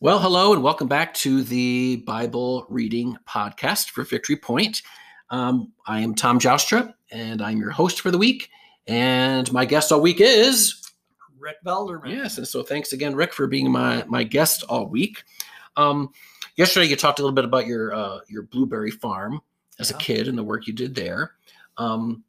Well, hello, and welcome back to the Bible Reading Podcast for Victory Point. Um, I am Tom Joustra, and I'm your host for the week. And my guest all week is Rick Velderman. Yes, and so thanks again, Rick, for being my my guest all week. Um, yesterday, you talked a little bit about your uh, your blueberry farm as Yeah. a kid and the work you did there. Um,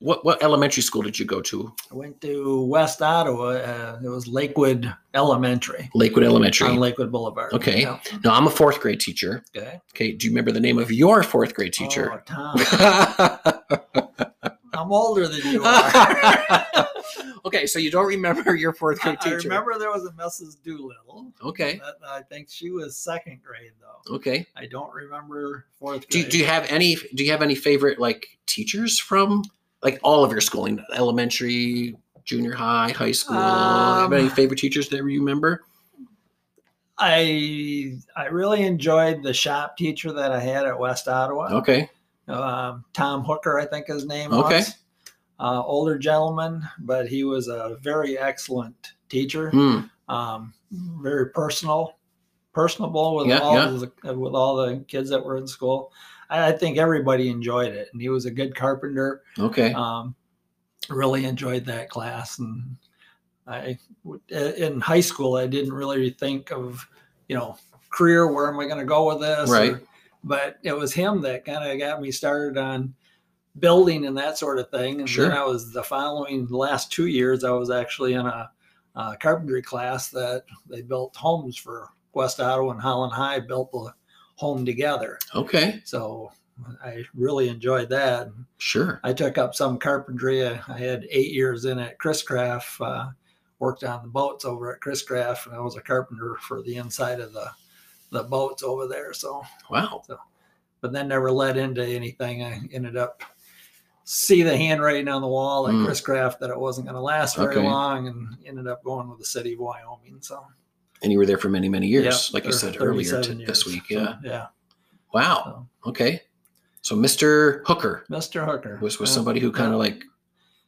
what what elementary school did you go to? I went to West Ottawa. Uh, it was Lakewood Elementary Lakewood Elementary. on Lakewood Boulevard. Okay. Yeah. no, I'm a fourth grade teacher. Okay. Okay, do you remember the name of your fourth grade teacher? Oh, Tom, I'm older than you are. okay, so you don't remember your fourth grade I teacher. remember there was a Mrs. Doolittle. Okay, That- I think she was second grade though. okay. I don't remember fourth Do, grade. you- do you have any? Do you have any favorite like teachers from like all of your schooling, elementary, junior high, high school? Have Um, any favorite teachers that you remember? I I really enjoyed the shop teacher that I had at West Ottawa. Okay, um, Tom Hooker, I think his name Okay. was. Uh, older gentleman, but he was a very excellent teacher. Hmm. Um, very personal, personable with Yeah, all yeah. The, with all the kids that were in school. I, I think everybody enjoyed it, and he was a good carpenter. okay, Um, really enjoyed that class, and I w- in high school I didn't really think of you know career where am I going to go with this or- Right. but it was him that kind of got me started on building and that sort of thing and Sure. then I was the following the last two years I was actually in a, uh carpentry class that they built homes for West Ottawa and Holland High built the home together okay, so I really enjoyed that sure. I took up some carpentry. I I had eight years in at Chris Craft, uh, worked on the boats over at Chris Craft, and I was a carpenter for the inside of the the boats over there. So, Wow. but then never led into anything. I ended up see the handwriting on the wall at Mm. Chris Craft that it wasn't going to last very Okay. long, and ended up going with the city of Wyoming. So, And you were there for many, many years, yep, like you thir- said earlier t- 37 this years. week. So, Yeah. yeah. Wow. So, Okay. So Mr. Hooker Mr. Hooker was was yeah, somebody who Oh, yeah. kind of like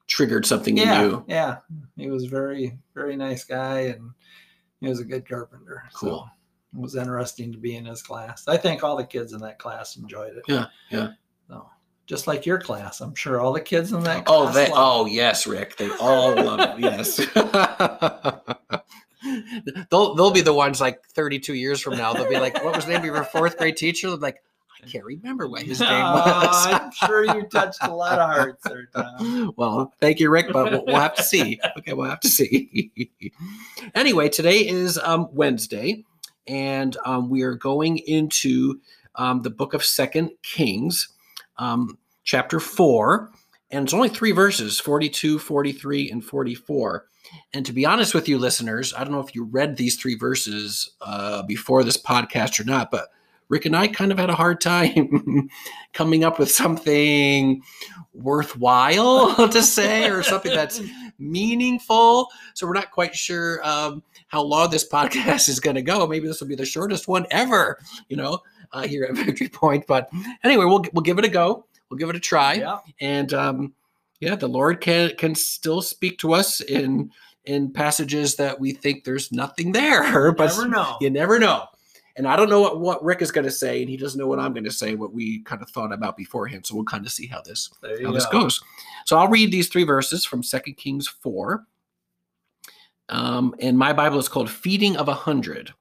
triggered something yeah, in you. Yeah. He was very, very nice guy and he was a good carpenter. so Cool. it was interesting to be in his class. I think all the kids in that class enjoyed it. Yeah, yeah. So just like your class, I'm sure all the kids in that Oh, class they loved oh yes, Rick. They all love it. Yes. they'll they'll be the ones like 32 years from now. They'll be like, what was the name of your fourth grade teacher? They'll be like, I can't remember what it. his name Oh, was. I'm sure you touched a lot of hearts there, Tom. well, thank you, Rick, but we'll, we'll have to see. Okay, we'll have to see. anyway, today is um, Wednesday, and um, we are going into um, the book of Second Kings, um, chapter four, and it's only three verses: 42, 43, and forty-four. And to be honest with you, listeners, I don't know if you read these three verses uh, before this podcast or not, but Rick and I kind of had a hard time coming up with something worthwhile to say or something that's meaningful. So we're not quite sure um, how long this podcast is going to go. Maybe this will be the shortest one ever, you know, uh, here at Victory Point. But anyway, we'll we'll give it a go. We'll give it a try, Yeah. and um, yeah, the Lord can can still speak to us in in passages that we think there's nothing there, but Never know. you never know. And I don't know what, what Rick is going to say, and he doesn't know what I'm going to say, what we kind of thought about beforehand. So we'll kind of see how this There you how this go. goes. So I'll read these three verses from 2 Kings 4. Um, and my Bible is called Feeding of a Hundred.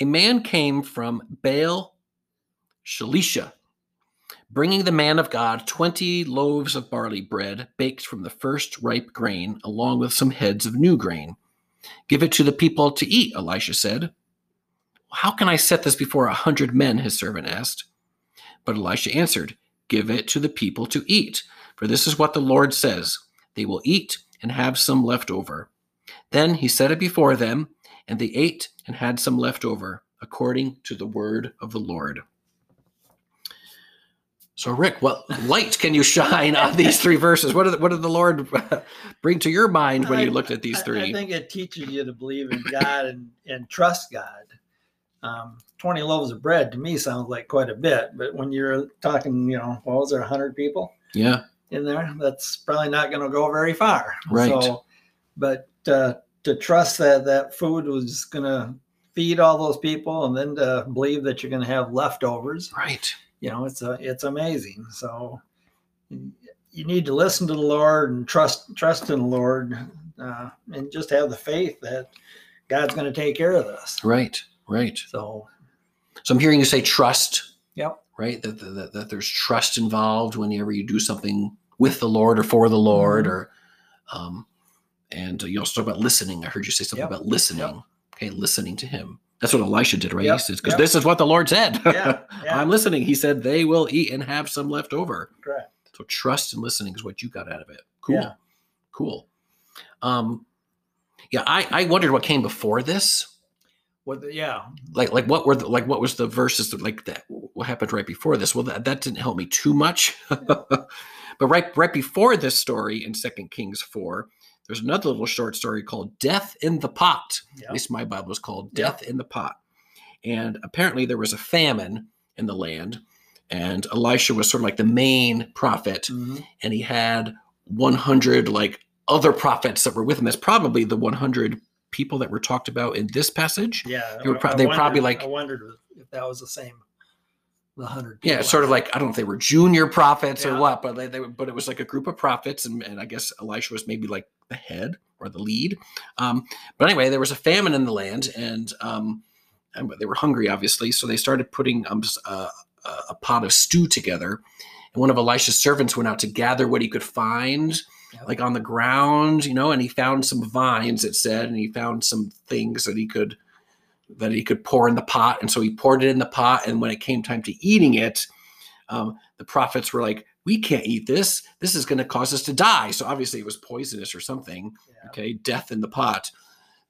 A man came from Baal Shalisha, bringing the man of God 20 loaves of barley bread baked from the first ripe grain, along with some heads of new grain. Give it to the people to eat, Elisha said. How can I set this before a hundred men? His servant asked. But Elisha answered, give it to the people to eat. For this is what the Lord says they will eat and have some left over. Then he set it before them, and they ate and had some left over, according to the word of the Lord. So, Rick, what light can you shine on these three verses? What, did- what did the Lord bring to your mind when you I- looked at these I- three? I, think it teaches you to believe in God and, and trust God. Um, 20 loaves of bread to me sounds like quite a bit, but when you're talking, you know, what was there, 100 people yeah, in there? That's probably not going to go very far. Right. So, but uh, to trust that that food was going to feed all those people and then to believe that you're going to have leftovers Right. you know it's a, it's amazing so you need to listen to the lord and trust trust in the lord uh, and just have the faith that god's going to take care of this Right. Right. so So I'm hearing you say trust. Yep. Right. That that, that, that there's trust involved whenever you do something with the Lord or for the Lord, Mhm. or um, and you also talk about listening. I heard you say something Yep. about listening. Okay, listening to Him. That's what Elisha did, right? Yep. He says, "Because Yep. this is what the Lord said." yeah, yeah I'm listening. He said, "They will eat and have some left over." correct So trust and listening is what you got out of it. Cool. Yeah. Cool. Um, yeah, I, I wondered what came before this what the, yeah like like what were the, like what was the verses that, like that what happened right before this well that, that didn't help me too much but right right before this story in second kings 4 there's another little short story called death in the pot yeah at least my bible is called Yeah. death in the pot and apparently there was a famine in the land and elisha was sort of like the main prophet Mhm. and he had 100 like other prophets that were with him that's probably the 100 people that were talked about in this passage yeah They were I- prob- I they probably wondered- like- i wondered if that was the same the hundred Yeah, it's sort of like I don't know if they were junior prophets or Yeah. what, but they, they were- but it was like a group of prophets, and, and I guess Elisha was maybe like the head or the lead. Um, but anyway, there was a famine in the land, and um, and they were hungry, obviously, so they started putting um, s- uh, a, a pot of stew together. And one of Elisha's servants went out to gather what he could find, Yeah. like on the ground, you know, and he found some vines. It said, and he found some things that he could that he could pour in the pot. And so he poured it in the pot. And when it came time to eating it, um, the prophets were like, "We can't eat this. This is going to cause us to die." So obviously it was poisonous or something. Yeah. Okay, death in the pot.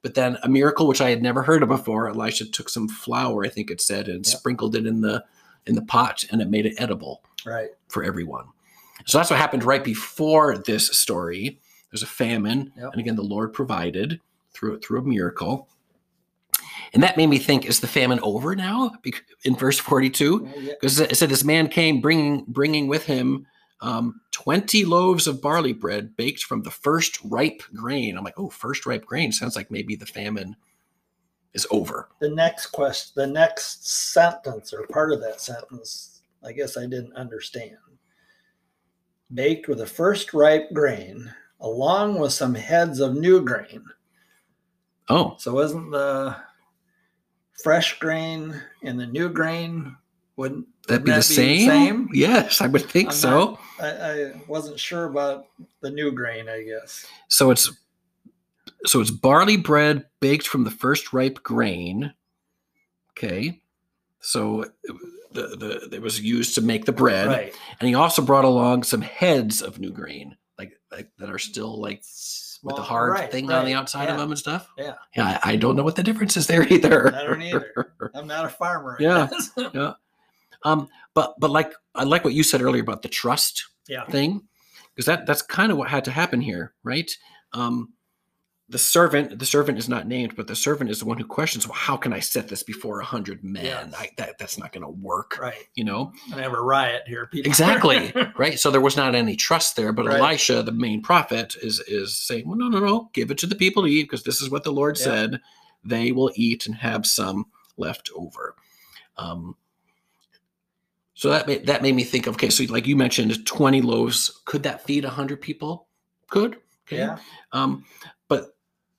But then a miracle which I had never heard of before. Elisha took some flour, I think it said, and Yep. sprinkled it in the in the pot, and it made it edible right for everyone. So that's what happened right before this story. There's a famine, Yep. and again, the Lord provided through through a miracle. And that made me think: Is the famine over now? Bec- In verse 42, Yeah, yeah. because it said this man came bringing bringing with him um, 20 loaves of barley bread baked from the first ripe grain. I'm like, oh, first ripe grain sounds like maybe the famine is over. the next question, the next sentence or part of that sentence, I guess I didn't understand. Baked with the first ripe grain, along with some heads of new grain. Oh, So isn't the fresh grain and the new grain wouldn't that'd be the That'd be the same. same? Yes, I would think I'm so. not- I, I wasn't sure about the new grain, I guess. So it's so it's barley bread baked from the first ripe grain. Okay. So the the it was used to make the bread. Right. And he also brought along some heads of new grain, like like that are still like with the Small- hard right, thing on the right, outside of yeah. them and stuff. Yeah. Yeah, I, I don't know what the difference is there either. I don't either. I'm not a farmer. I Yeah. guess. Um, but but like I like what you said earlier about the trust Yeah. thing, because that that's kind of what had to happen here, right? Um, the servant, the servant is not named, but the servant is the one who questions, well, how can I set this before a hundred men? Yes. I, that that's not going to work, Right. you know? And I have a riot here. People. Exactly, right? So there was not any trust there, but Right. Elisha, the main prophet, is is saying, well, no, no, no, give it to the people to eat because this is what the Lord Yeah. said. They will eat and have some left over. Um, so that made, that made me think. Okay, so like you mentioned, twenty loaves. Could that feed hundred people? Could. Okay. Yeah. Um, but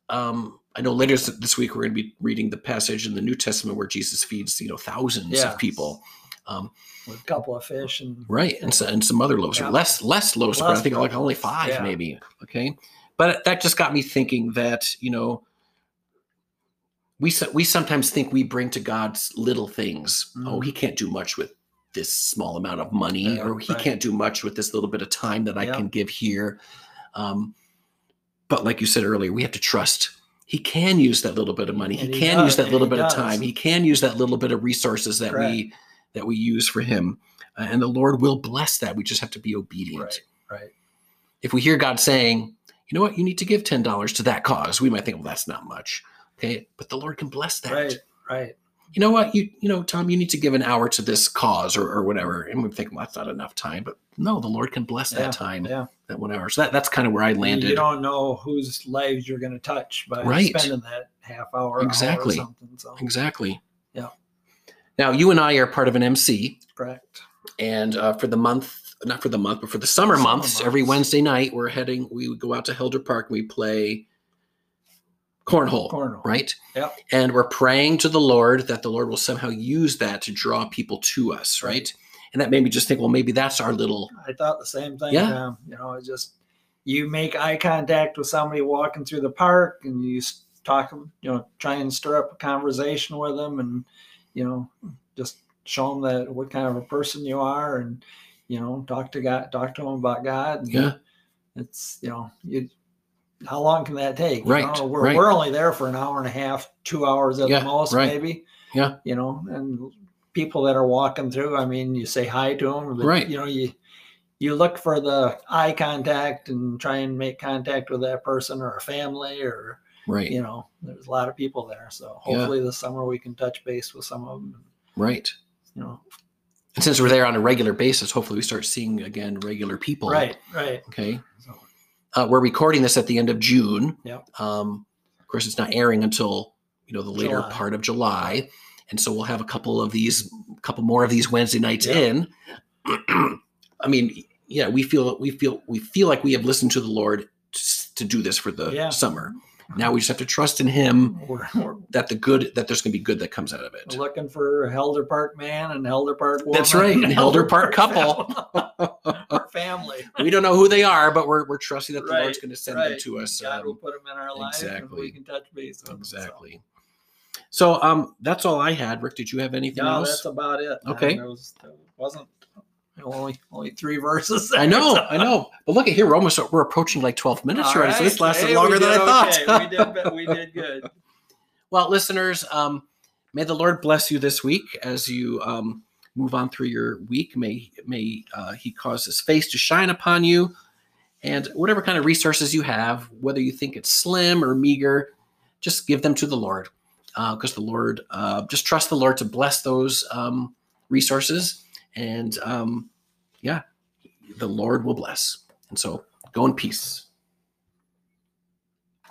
um, I know later s- this week we're going to be reading the passage in the New Testament where Jesus feeds you know thousands Yeah. of people, um, with a couple of fish and right? And, so, and some other loaves, Yeah. or less less loaves. but I Less think like loaves, only five yeah. maybe. Okay, but that just got me thinking that you know we so- we sometimes think we bring to God's little things. Oh, Mhm. He can't do much with this small amount of money, Yeah, or He right. can't do much with this little bit of time that I Yeah. can give here. Um, but like you said earlier, we have to trust. He can use that little bit of money. He, And he can does, use that and little he bit does. of time. He can use that little bit of resources that we that we use for Him, Uh, and the Lord will bless that. We just have to be obedient. right, right. If we hear God saying, "You know what? You need to give ten dollars to that cause," we might think, "Well, that's not much." Okay, but the Lord can bless that. Right, right. you know what, you you know, Tom, you need to give an hour to this cause or, or whatever. And we think, well, that's not enough time, but no, the Lord can bless Yeah, that time, yeah. that one hour. So that, that's kind of where I landed. You don't know whose lives you're going to touch by Right. spending that half hour, hour Exactly. or something. So Exactly. Yeah. Now you and I are part of an MC, correct. and uh, for the month, not for the month, but for the summer, Summer months, every months. Wednesday night, we're heading. We would go out to Helder Park and we play cornhole, Cornhole. right? Yep. And we're praying to the Lord that the Lord will somehow use that to draw people to us, right? And that made me just think, well, maybe that's our little I thought the same thing. Yeah. Tom. You know, it's just you make eye contact with somebody walking through the park and you s- talk, you know, try and stir up a conversation with them and, you know, just show them that what kind of a person you are and, you know, talk to God, talk to them about God. And Yeah. It's, you know, you, how long can that take? You Right, know, we're, right. we're only there for an hour and a half, two hours at Yeah, the most, right. maybe. Yeah. You know, and people that are walking through, I mean, you say hi to them. Right. You know, you, you look for the eye contact and try and make contact with that person or a family or right, you know there's a lot of people there so Yeah. hopefully this summer we can touch base with some of them right. you know And since we're there on a regular basis, hopefully we start seeing again regular people. right right Okay. so uh, we're recording this at the end of June. Yep. Um, of course, it's not airing until you know the later July. part of July, and so we'll have a couple of these, couple more of these Wednesday nights Yeah. in. I mean, yeah, we feel we feel we feel like we have listened to the Lord to, s- to do this for the Yeah. summer. Now we just have to trust in Him we're, we're that the good that there's going to be good that comes out of it. looking for a helder park man and helder park woman That's right, and an Helder Park couple. family. or family We don't know who they are, but we're we're trusting that the Right, Lord's going to send them right. to us. god um, will put them in our lives and exactly. we can touch base with 'em, so. Exactly. So um, that's all I had. Rick, did you have anything no else? that's about it Okay. there, was, there wasn't only only three verses I there, know, so. I know. But look at here, we're almost we're approaching like 12 minutes All already. So this right. lasted Hey, we longer than I did thought. okay. we, did, bet- we did good. Well, listeners, um, may the Lord bless you this week as you um, move on through your week. May may uh, He cause His face to shine upon you, and whatever kind of resources you have, whether you think it's slim or meager, just give them to the Lord, because the Lord uh, just trust the Lord to bless those um, resources, and um, yeah, the Lord will bless. And so, go in peace.